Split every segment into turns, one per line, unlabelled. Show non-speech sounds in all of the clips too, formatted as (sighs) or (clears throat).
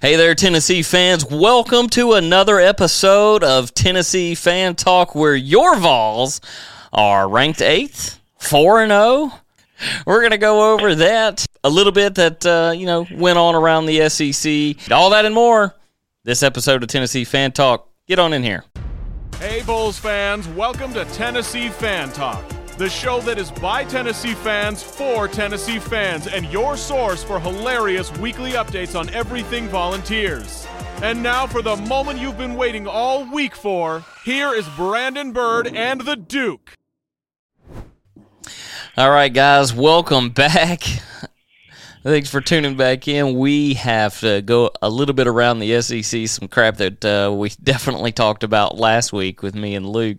Hey there, Tennessee fans. Welcome to another episode of Tennessee Fan Talk where your Vols are ranked eighth, 4 and 0. We're going to go over that a little bit that, uh, you know, went on around the SEC. All that and more. This episode of Tennessee Fan Talk. Get on in here.
Hey, Bulls fans, welcome to Tennessee Fan Talk, the show that is by Tennessee fans for Tennessee fans and your source for hilarious weekly updates on everything volunteers. And now, for the moment you've been waiting all week for, here is Brandon Bird and the Duke.
All right, guys, welcome back. (laughs) Thanks for tuning back in. We have to go a little bit around the SEC, some crap that uh, we (laughs) definitely talked about last week with me and Luke.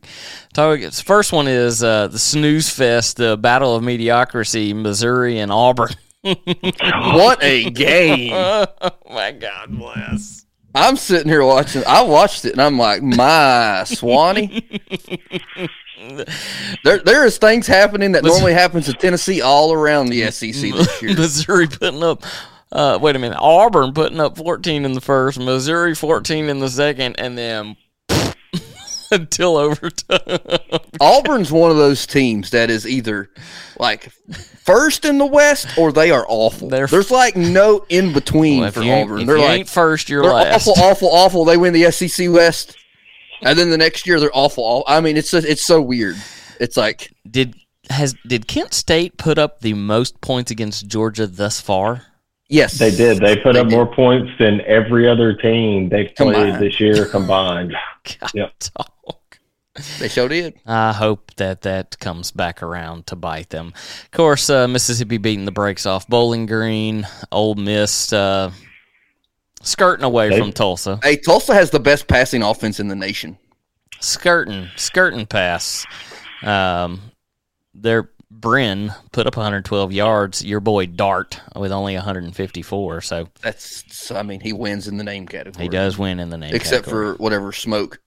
Talk, first one is uh, the snooze fest, the battle of mediocrity, Missouri and Auburn. (laughs)
What a game!
oh my God, bless. (laughs)
I'm sitting here watching. I watched it and I'm like, my Swanee. There, there is things happening that normally happens in Tennessee all around the SEC this year.
Missouri putting up. Uh, wait a minute. Auburn putting up 14 in the first, Missouri 14 in the second, and then (laughs) until overtime. (laughs)
Auburn's one of those teams that is either like first in the West or they are awful.
They're-
There's like no in between
Well, if
for
you ain't-
Auburn.
if
They're
you
like
ain't first, you're
they're
last.
awful, awful, awful. They win the SEC West, and then the next year they're awful. aw- I mean, it's just, it's so weird. It's like
Did has did Kent State put up the most points against Georgia thus far?
yes,
They did. They put
They
up
did.
more points than every other team they've played
Combined.
this
(laughs)
year combined.
God,
Yep.
talk.
They sure did.
I hope that that comes back around to bite them. Of course, uh, Mississippi beating the brakes off Bowling Green, Ole Miss uh, skirting away
They-
from Tulsa,
Hey, Tulsa has the best passing offense in the nation.
skirting, skirting pass. Um, their Bryn put up 112 yards. Your boy Dart with only 154, so
That's, so, I mean, he wins in the name category.
he does win in the name.
Except
category.
for whatever smoke.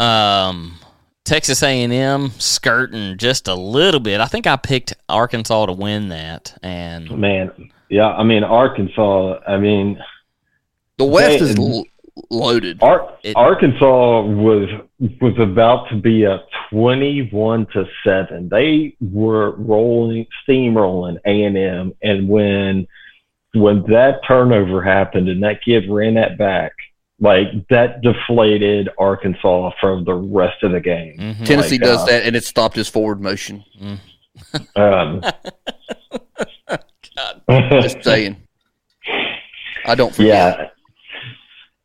Um, Texas A&M skirting just a little bit. I think I picked Arkansas to win that, and
Man, yeah, I mean Arkansas. I mean
The West
They- Oh
is l- loaded.
Ar-
It-
Arkansas was was about to be up twenty one to seven. They were rolling, steamrolling A and M, and when when that turnover happened and that kid ran that back, like that deflated Arkansas from the rest of the game.
Mhm.
Tennessee
my
does
God.
that, and it stopped his forward motion.
(laughs)
Um,
Just saying. I don't forget.
(laughs) yeah,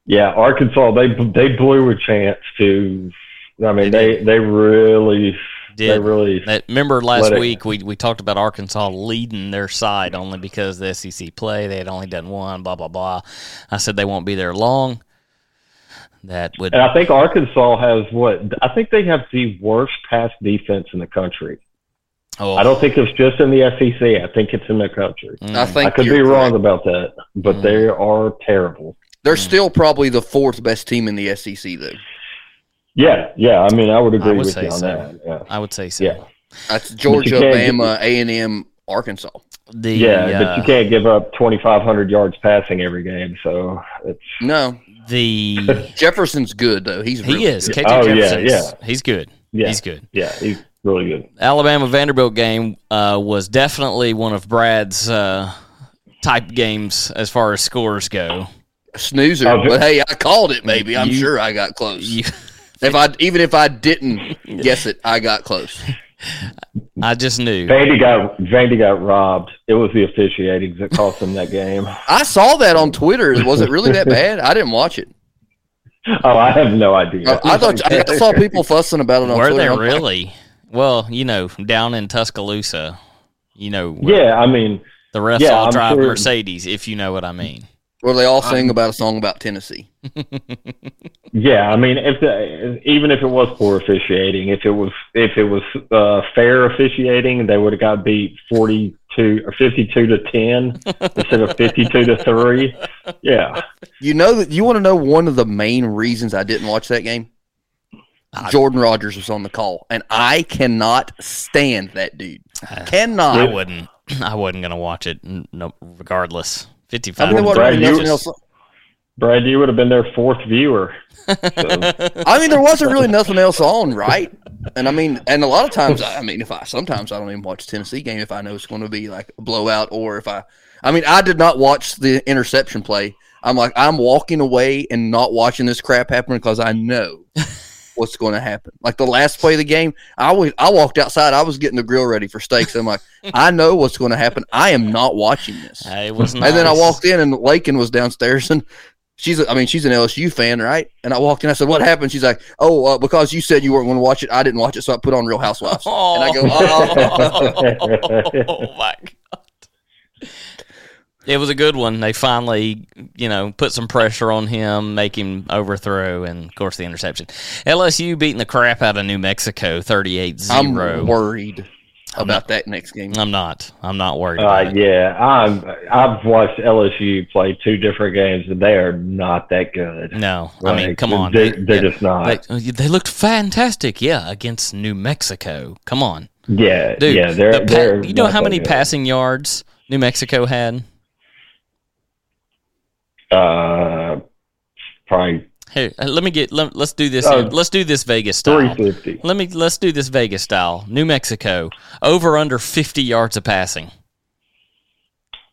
yeah. Arkansas they they blew a chance to. I mean
They
they they really they
Did.
really
That, remember last
Let it-
week we, we talked about Arkansas leading their side only because the SEC play they had only done one blah blah blah. I said they won't be there long. That would
And I think Arkansas has what I think they have the worst pass defense in the country.
oh,
I don't think it's just in the SEC. I think it's in the country.
mm.
I think
I could
you're
be wrong
correct.
about that, but
Mm.
they are terrible.
They're still probably the fourth best team in the SEC, though.
Yeah, yeah. I mean, I would agree
would
with
say
you on
so.
that. Yeah.
I would say so.
Yeah.
That's Georgia,
can't get-
Bama, A and M, Arkansas.
The,
Yeah, but
uh,
you can't give up 2,500 yards passing every game. So it's
No,
the
(laughs)
Jefferson's good though. He's really
he is KJ
good.
Oh, yeah,
Jefferson.
yeah.
He's good.
yeah,
He's good.
yeah, he's really good.
Alabama Vanderbilt game uh, was definitely one of Brad's uh, type games as far as scores go.
snoozer.
Oh,
but hey, I called it. Maybe I'm
you-
sure I got close.
You,
If I even if
(laughs)
I didn't guess it, I got close.
I just knew.
Vandy got Vandy got robbed. It was the officiating that cost them that game. (laughs)
I saw that on Twitter. Was it really that bad? I didn't watch it.
Oh, I have no idea.
I, I thought I, saw people fussing about it on
Were
Twitter.
they
I'm like,
really? Well, you know, down in Tuscaloosa, you know, where
(laughs) Yeah, I mean,
the refs
yeah,
all
I'm
drive
sure-
Mercedes, if you know what I mean.
Were they all singing about a song about Tennessee?
Yeah, I mean, if the, even if it was poor officiating, if it was if it was uh, fair officiating, they would have got beat forty two or fifty two to ten instead of fifty two to three. Yeah,
You know that you want to know one of the main reasons I didn't watch that game. Jordan Rogers was on the call, and I cannot stand that dude. Cannot.
I wouldn't. I wasn't going to watch it, n- no, regardless.
I
55
mean, there
Well,
wasn't
Brad,
really
you-
nothing else.
Brad, you would have been their fourth viewer. So,
I mean, there wasn't really nothing else on, right? And I mean, and a lot of times, I I mean, if I sometimes I don't even watch a Tennessee game if I know it's going to be like a blowout or if I, I mean, I did not watch the interception play. I'm like, I'm walking away and not watching this crap happen because I know what's going to happen. Like the last play of the game, I was I walked outside. I was getting the grill ready for steaks. I'm like, I know what's going to happen. I am not watching this.
It was
And then I
nice.
walked in, and Lakin was downstairs, and she's, a- I mean, she's an LSU fan, right? And I walked in, I said, "What happened?" She's like, "Oh, uh, because you said you weren't going to watch it, I didn't watch it, so I put on Real Housewives." And I go,
(laughs)
"Oh."
oh my god! It was a good one. They finally, you know, put some pressure on him, make him overthrow, and of course the interception. LSU beating the crap out of New Mexico, 38-0.
I'm
I'm,
worried about that next game.
not. I'm not worried. about
uh,
it.
yeah, I'm, I've watched LSU play two different games, and they are not that good.
No, I mean,
Like,
come on.
they,
They-
are just not.
They, uh, they looked fantastic, yeah, against New Mexico. Come on,
yeah,
dude.
yeah, they're.
the pa-
they're
you know
not
how
that
many
good.
passing yards New Mexico had?
Uh, probably
Here, uh, let me get. Let, us do
Oh.
this.
Uh,
let's do this Vegas
three
style.
fifty.
Let me. Let's do this Vegas style. New Mexico over under fifty yards of passing.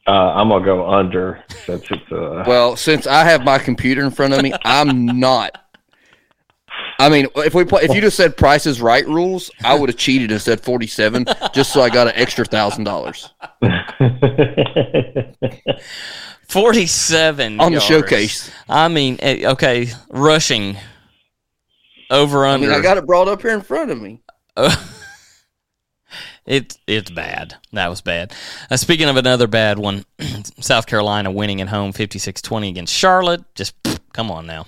Uh, I'm gonna go under since it's uh, (laughs)
Well, since I have my computer in front of me, I'm not. I mean, if we play, if you just said Price is Right rules, I would have cheated and said 47 just so I got an extra thousand dollars
Forty-seven
on the
yards.
showcase.
I mean, eh, okay, rushing over
I
under.
mean, I got it brought up here in front of me.
It's it's bad. That was bad. Uh, speaking of another bad one, (clears throat) South Carolina winning at home 56-20 against Charlotte. Just (clears throat) pfft, come on now.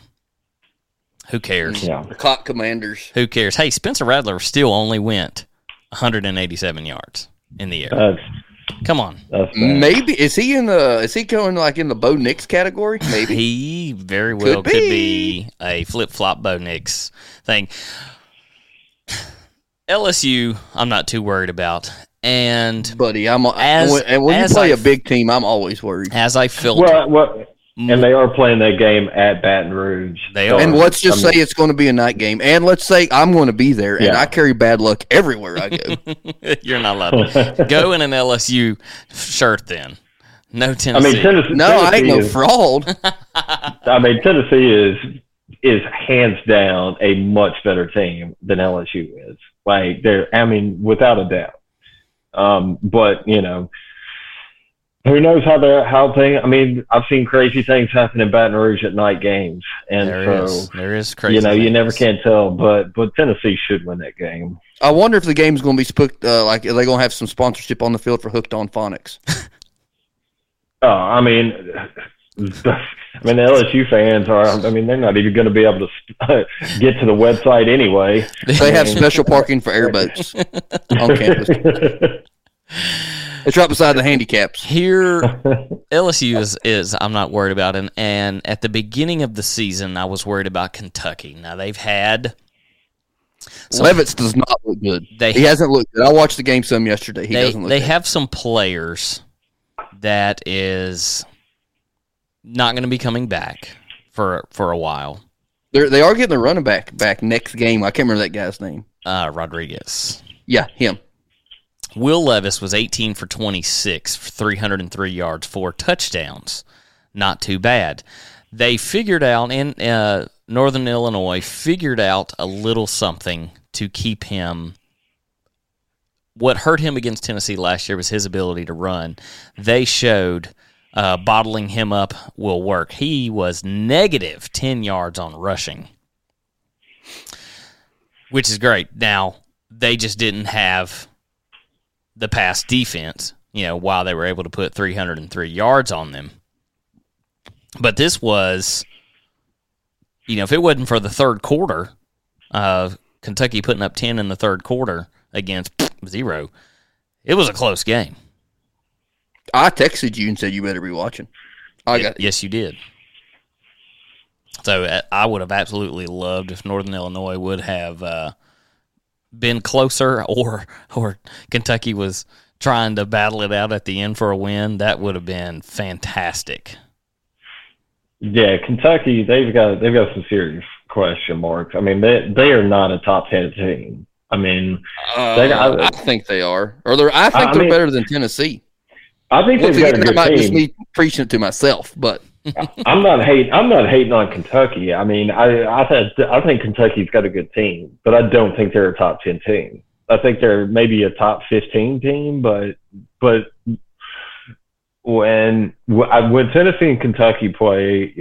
Who cares?
yeah.
Cock Commanders.
Who cares? Hey, Spencer Radler still only went 187 yards in the air.
That's
Come on.
that's bad.
Maybe is he in the is he going like in the Bo Nix category?
(sighs)
Maybe
He very well could
Could
be,
be.
a flip flop Bo Nix thing. LSU, I'm not too worried about. And
buddy. I'm a,
As-
and when you
as
play
I-
a big team, I'm always worried.
as I filter, (laughs)
Well, well, and they are playing that game at Baton Rouge.
They
so,
are.
And let's just
I mean,
say it's going to be a night game, and let's say I'm going to be there, and
Yeah.
I carry bad luck everywhere I
(laughs)
go.
You're not allowed.
(laughs)
to. Go in an LSU shirt then. No
I
Tennessee.
mean Tennessee.
No, I ain't
Tennessee
no
is-
fraud.
I mean Tennessee is is hands down a much better team than LSU is. Like they're, I mean, without a doubt. Um, but you know, who knows how they how thing? I mean, I've seen crazy things happen in Baton Rouge at night games,
(laughs)
and
there
so
is there is crazy.
you know you
(laughs)
never
things.
can tell. But but Tennessee should win that game.
I wonder if the game's going to be spooked. Uh, like, are they going to have some sponsorship on the field for Hooked on Phonics?
Oh, I mean, (laughs) I mean the LSU fans are. I mean, they're not even going to be able to (laughs) get to the website anyway.
They
(laughs)
have special parking for airboats on campus.
(laughs)
It's right beside the handicaps.
Here, LSU is, is I'm not worried about, and and at the beginning of the season, I was worried about Kentucky. Now they've had So-
Levitts does not look good.
they
He hasn't looked good. I watched the game some yesterday. He
they
doesn't look
they
good.
have some players that is not going to be coming back for for a while.
They're, they are getting the running back back next game. I can't remember that guy's name.
Uh, Rodriguez.
Yeah, him.
Will Levis was 18 for 26, for 303 yards, four touchdowns. Not too bad. They figured out in uh, Northern Illinois, figured out a little something to keep him. What hurt him against Tennessee last year was his ability to run. They showed uh, bottling him up will work. He was negative 10 yards on rushing which is great. Now they just didn't have the pass defense, you know, while they were able to put 303 yards on them. But this was, you know, if it wasn't for the third quarter, uh, Kentucky putting up 10 in the third quarter against zero, it was a close game.
I texted you and said you better be watching. I got
Yes, you did. So uh, I would have absolutely loved if Northern Illinois would have uh, been closer, or or Kentucky was trying to battle it out at the end for a win. That would have been fantastic.
(laughs) Yeah, Kentucky, they've got they've got some serious question marks. I mean, they they are not a top ten team. I mean,
Uh,
They got-
I think they are, or they're. I think
I
they're
mean-
better than Tennessee.
I think
Once
they've got
again,
a
that
good
might just
team.
be preaching it to myself, but
I'm not hate. I'm not hating on Kentucky. I mean, I I had, I think Kentucky's got a good team, but I don't think they're a top ten team. I think they're maybe a top fifteen team, but but when when Tennessee and Kentucky play,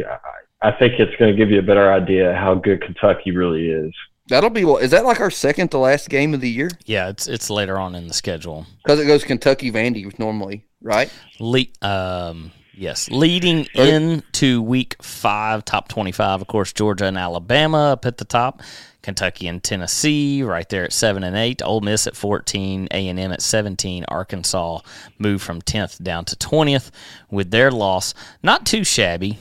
I think it's going to give you a better idea how good Kentucky really is.
that'll be. what- Is that like our second to last game of the year?
Yeah, it's it's later on in the schedule.
Because it goes Kentucky Vandy normally, right?
Le- um, yes, leading
Are-
into week five, top twenty-five. Of course, Georgia and Alabama up at the top. Kentucky and Tennessee right there at seven and eight. Ole Miss at fourteen. A and M at seventeen. Arkansas moved from tenth down to twentieth with their loss. Not too shabby.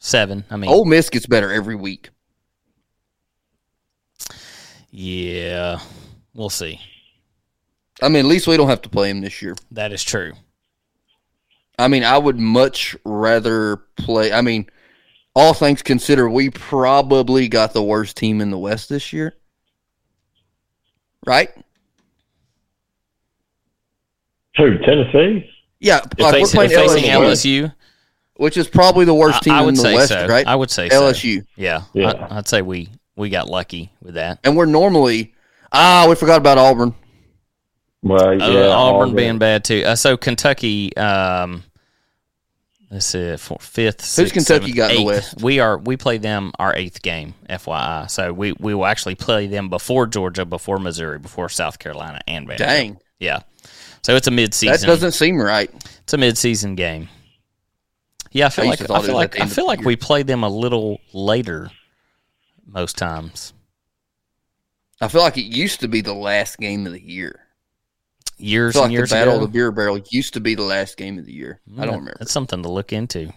Seven. I mean,
Ole Miss gets better every week.
yeah, we'll see.
I mean, at least we don't have to play him this year.
That is true.
I mean, I would much rather play. I mean, all things considered, we probably got the worst team in the West this year, right?
Who Tennessee?
Yeah,
If facing,
playing
if facing
LSU.
LSU,
which is probably the worst team
I, I would
in the
say
West,
so.
right?
I would say so.
LSU,
Yeah,
Yeah.
I, I'd say we we got lucky with that.
and we're normally ah, we forgot about Auburn.
Well,
Uh,
yeah,
Auburn being bad too. Uh, so Kentucky, um, let's see, four, fifth.
Who's
sixth,
Kentucky
seventh,
got in the
eighth.
West?
We are we play them our eighth game, FYI. So we we will actually play them before Georgia, before Missouri, before South Carolina, and Vanderbilt.
Dang,
yeah. So it's a
that
midseason.
doesn't seem right.
It's a midseason game. Yeah, I feel
I used
like
to
I
thought it
feel
was at
like
the
I
end of
feel
the
like
year.
we play them a little later most times.
I feel like it used to be the last game of the year. I
Years
feel
and
like the
years
Battle
ago.
of the Beer Barrel used to be the last game of the year. I
Mm,
don't remember.
That's something to look into.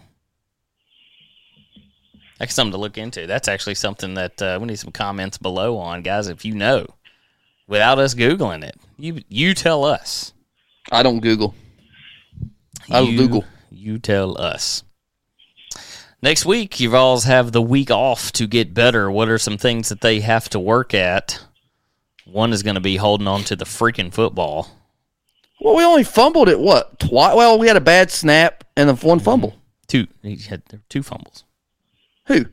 That's something to look into. That's actually something that uh, we need some comments below on, guys. If you know, without us googling it, you you tell us.
I don't Google. I'll
You-
Google.
You tell us. Next week, you alls have the week off to get better. What are some things that they have to work at? One is going to be holding on to the freaking football.
Well, we only fumbled it what twice. Well, we had a bad snap and then
Mm-hmm.
one fumble.
Two, he had there were two fumbles.
Who?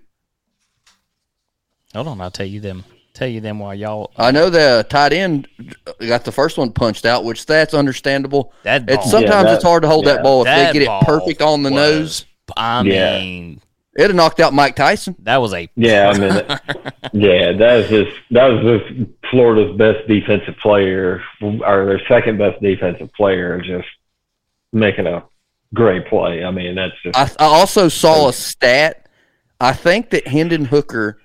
Hold on, I'll tell you them. Tell you them while y'all
I know the tight end got the first one punched out, which that's understandable.
Oh, that ball.
It's sometimes
that-
it's hard to hold
yeah.
that ball if
That
they get
ball
it perfect on the
was-
nose.
I
Yeah.
mean,
It'd have knocked out Mike Tyson.
that was a
Yeah, I mean, yeah, that was just that was just Florida's best defensive player or their second best defensive player just making a great play. I mean, that's just
I, I also saw a stat. I think that Hendon Hooker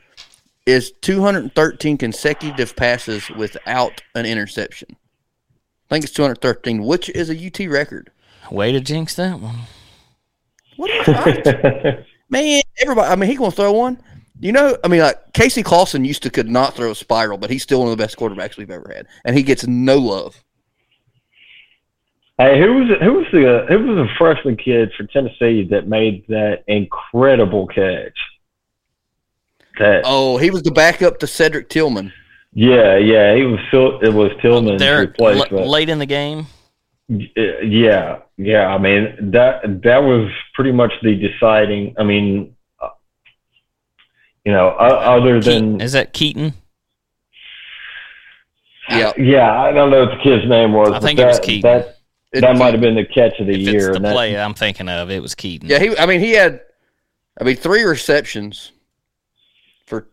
is 213 consecutive passes without an interception. I think it's 213, which is a UT record.
way to jinx that one.
What am I
(laughs)
Man, everybody. I mean, he gonna throw one. You know, I mean, like Casey Clawson used to could not throw a spiral, but he's still one of the best quarterbacks we've ever had, and he gets no love.
(laughs) Hey, who was who was the who was the freshman kid for Tennessee that made that incredible catch? That
Oh, he was the backup to Cedric Tillman.
yeah, yeah, he was Til- it was Tillman's
There, l-
replacement.
late in the game.
Y- yeah, yeah. I mean that that was pretty much the deciding. I mean, uh, you know, uh, other
Keaton,
than
is that Keaton?
Yeah,
yeah, I don't know what the kid's name was.
I
but
think
that,
it was Keaton.
That that might have been the catch of the
If
year.
it's the
and that-
play I'm thinking of, it was Keaton.
Yeah, he. I mean, he had. I mean, three receptions for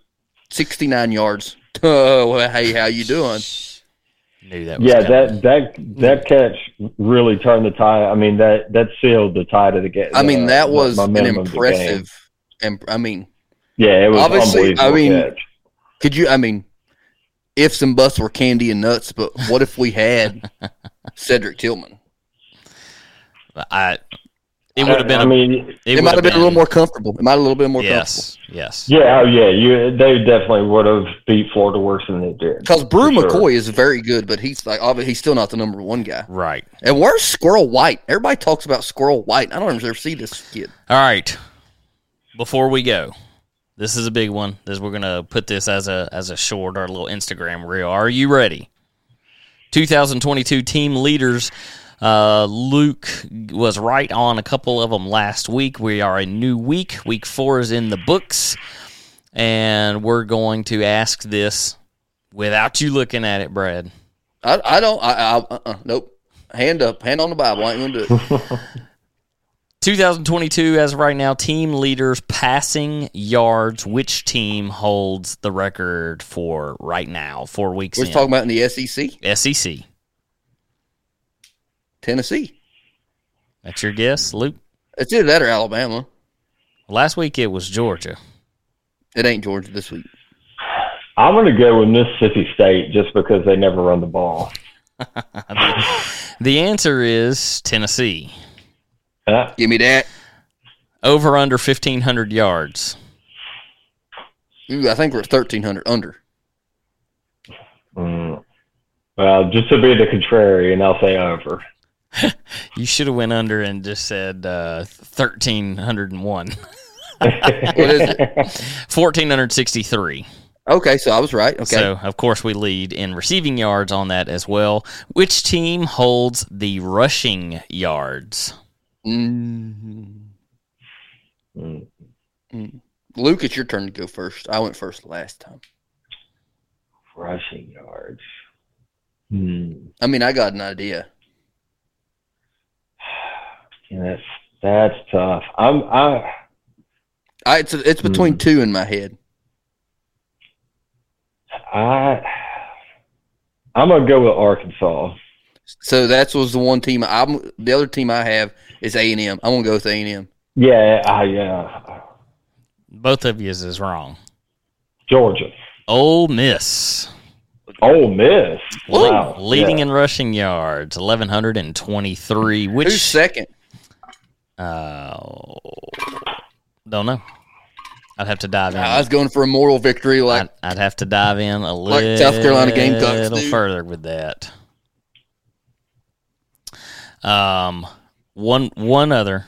sixty-nine yards. (laughs) Oh, well, hey, how you doing?
knew that. Was
yeah,
coming.
that that
Mm-hmm.
that catch really turned the tie. I mean that that sealed the tide of the game.
I mean, that was an
momentum of the game.
impressive. And I mean,
Yeah, it was
Obviously,
unbelievable.
I mean,
catch.
Could you? I mean, ifs and buts were candy and nuts, but what
(laughs)
if we had Cedric Tillman?
I. It would have been.
I
a-
mean,
it
It,
would
might have been, a little more comfortable. It might have a little bit more
Yes. Yes.
yeah, oh, yeah. You, they definitely would have beat Florida worse than they did.
comfortable. Because Brew
For sure.
McCoy is very good, but he's like obvi- he's still not the number one guy.
Right.
And where's Squirrel White? Everybody talks about Squirrel White. I don't ever see this kid.
All right. Before we go, this is a big one. This we're gonna put this as a as a short or a little Instagram reel. Are you ready? 2022 team leaders. Uh, Luke was right on a couple of them last week. We are a new week. Week four is in the books, and we're going to ask this without you looking at it, Brad.
I, I don't. I, I uh-uh, nope. Hand up, hand on the Bible. I ain't gonna do it.
2022, as of right now, team leaders passing yards. Which team holds the record for right now? Four weeks
We're
in. E
just talking about in the E SEC,
SEC.
Tennessee.
That's your guess, Luke.
It's either that or Alabama.
Last week it was Georgia.
It ain't Georgia this week.
I'm going to go with Mississippi State just because they never run the ball.
The answer is Tennessee.
Uh,
Give me that.
Over under 1,500 yards.
Ooh, I think we're at thirteen hundred under.
mm. well, just to be the contrarian, I'll say over.
You should have went under and just said uh, (laughs) 1,301.
(laughs) What is it?
1,463.
Okay, so I was right. Okay,
So, of course, we lead in receiving yards on that as well. Which team holds the rushing yards?
Mm.
(laughs) Mm.
Luke, it's your turn to go first. I went first last time.
Rushing yards. Hmm.
I mean, I got an idea.
And that's that's tough. I'm I
I, it's it's between
Mm.
Hmm.
two in my head.
I I'm gonna go with Arkansas.
So that was the one team. I'm the other team I have is A and M. I'm gonna go with A and M.
Yeah, I uh, yeah.
Both of you is wrong.
Georgia.
Ole Miss.
Ole Miss. Wow.
Leading
yeah.
in rushing yards, 1,123.
Who's
Which,
second?
uh, don't know. I'd have to dive in.
I was going for a moral victory, like
I'd, I'd have to dive in a little
Like South Carolina Gamecocks,
little
dude.
further with that. Um, one one other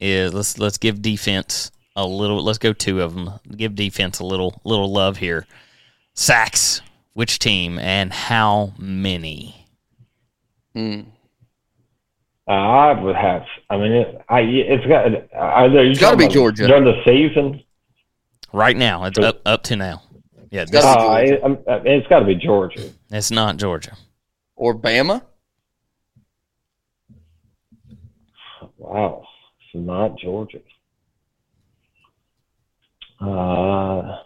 is let's let's give defense a little. Let's go two of them. Give defense a little little love here. Sacks. Which team and how many?
hmm.
Uh, I would have. I mean, it, I it's got. I know you
It's gotta be Georgia.
during the season.
Right now, it's up up to now. Yeah, this,
gotta be
Uh, it, I'm- I mean, it's got to be Georgia.
it's not Georgia.
or Bama.
Wow, it's not Georgia. Uh,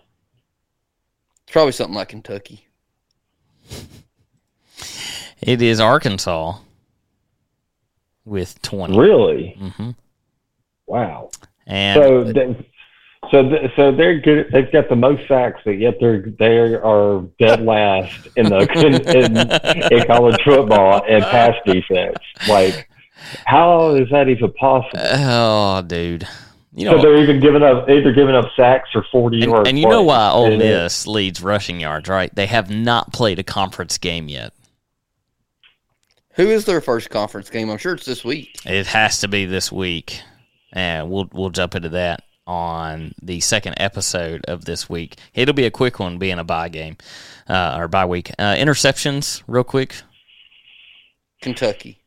It's probably something like Kentucky.
It is Arkansas with twenty.
really?
Mm-hmm.
Wow.
And
So, they, so, th- so they're good. They've got the most sacks, but yet they're they are
(laughs)
dead last in the in, in college football and pass defense. Like, how is that even possible?
Oh, dude. You
So
know,
they're even giving up either giving up sacks or forty
and,
yards.
and you know
plays.
why Ole
It is-
Miss leads rushing yards, right? They have not played a conference game yet.
Who is their first conference game? I'm sure it's this week.
It has to be this week, and we'll we'll jump into that on the second episode of this week. It'll be a quick one, being a bye game uh, or bye week. Uh, interceptions, real quick.
Kentucky.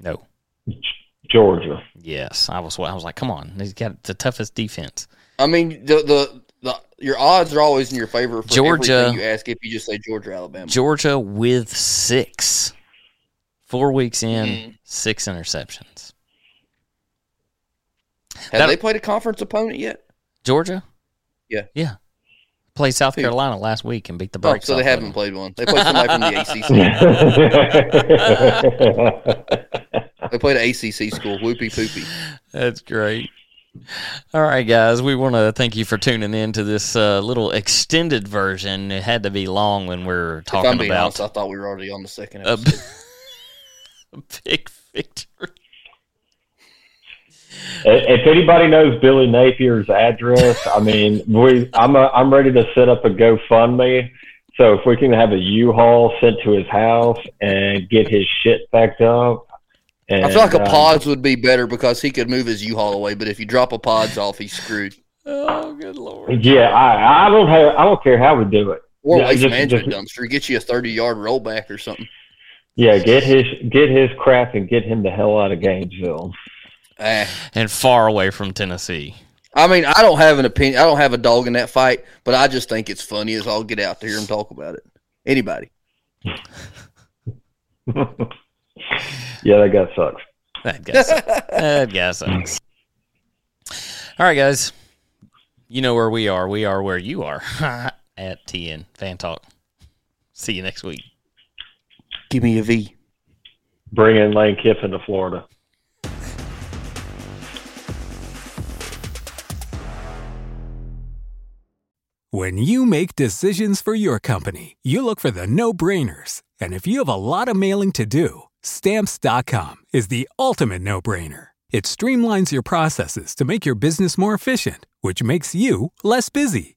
No, (laughs)
Georgia. (laughs)
yes, I was I was like, come on, he's got the toughest defense.
I mean, the the, the your odds are always in your favor for
Georgia.
everything You ask if you just say Georgia, Alabama.
Georgia with six, four weeks in,
Mhm.
six interceptions.
Have
that-
they played a conference opponent yet?
Georgia?
Yeah.
Yeah. Played South
Who?
Carolina last week and beat the
Oh,
brakes.
so they
off of
haven't
them. (laughs)
played one. They played somebody from the ACC. They played an ACC school. Whoopie poopy.
That's great. All right, guys. We want to thank you for tuning in to this uh, little extended version. It had to be long when we're
If I'm
talking
being
about
honest, I thought we were already on the second
a, (laughs)
episode.
a big victory.
If anybody knows Billy Napier's address, I mean, we I'm a, I'm ready to set up a GoFundMe. So if we can have a U-Haul sent to his house and get his shit packed up, and,
I feel like a
uh,
pods would be better because he could move his U-Haul away, but if you drop a pods off, he's screwed.
Oh, good lord.
Yeah, I I don't have I don't care how we do it.
Or
Yeah,
waste
just-
management
just-
dumpster, get you a thirty-yard rollback or something.
Yeah, get his get his crap and get him the hell out of Gainesville.
Ah.
And far away from Tennessee.
I mean, I don't have an opinion. I don't have a dog in that fight, but I just think it's funny as I'll get out there and talk about it. Anybody?
Yeah, that guy sucks.
That guy sucks. that guy sucks. All right, guys. You know where we are. We are where you are (laughs) at TN Fan Talk. See you next week.
Give me a V.
Bring in Lane Kiffin to Florida.
When you make decisions for your company, you look for the no brainers. And if you have a lot of mailing to do, stamps.com is the ultimate no brainer. It streamlines your processes to make your business more efficient, which makes you less busy.